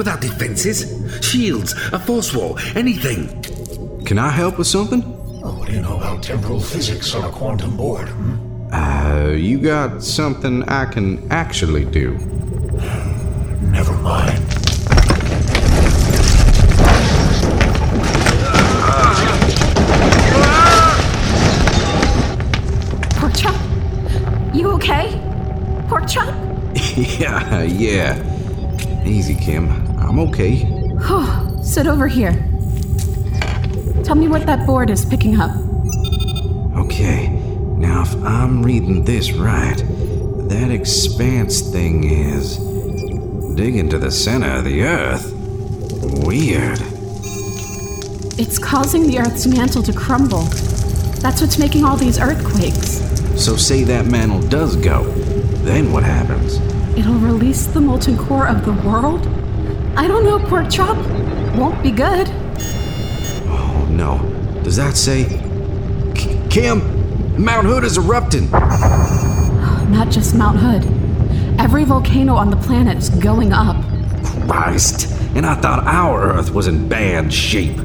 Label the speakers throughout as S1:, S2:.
S1: Without defenses, shields, a force wall, anything.
S2: Can I help with something?
S3: Oh, what do you know about temporal physics on a quantum board? Hmm?
S2: Uh, you got something I can actually do.
S3: Never mind.
S4: Pork chop? You okay? Pork chop?
S2: yeah, yeah. Easy, Kim. I'm okay.
S4: Sit over here. Tell me what that board is picking up.
S2: Okay. Now, if I'm reading this right, that expanse thing is digging to the center of the earth. Weird.
S4: It's causing the Earth's mantle to crumble. That's what's making all these earthquakes.
S2: So, say that mantle does go, then what happens?
S4: It'll release the molten core of the world? I don't know, pork chop. Won't be good.
S2: Oh no. Does that say. K- Kim! Mount Hood is erupting!
S4: Not just Mount Hood. Every volcano on the planet's going up.
S2: Christ! And I thought our Earth was in bad shape.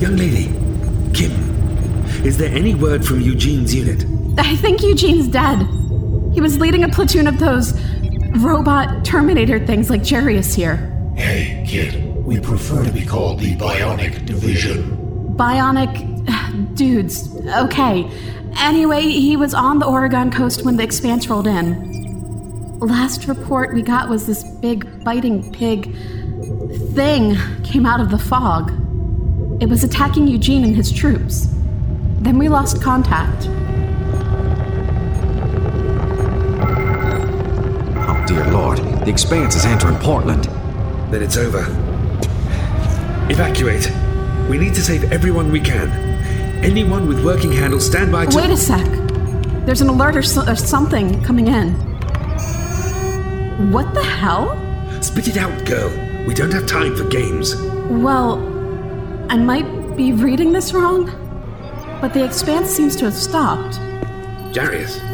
S1: Young lady, Kim, is there any word from Eugene's unit?
S4: I think Eugene's dead. He was leading a platoon of those robot Terminator things like Jerry is here.
S3: Hey, kid, we prefer to be called the Bionic Division.
S4: Bionic uh, dudes. Okay. Anyway, he was on the Oregon coast when the expanse rolled in. Last report we got was this big biting pig thing came out of the fog. It was attacking Eugene and his troops. Then we lost contact.
S2: Oh dear lord, the expanse is entering Portland.
S1: Then it's over. Evacuate. We need to save everyone we can. Anyone with working handles, stand by to.
S4: Wait a sec. There's an alert or, so- or something coming in. What the hell?
S1: Spit it out, girl. We don't have time for games.
S4: Well, I might be reading this wrong, but the expanse seems to have stopped.
S1: Jarius,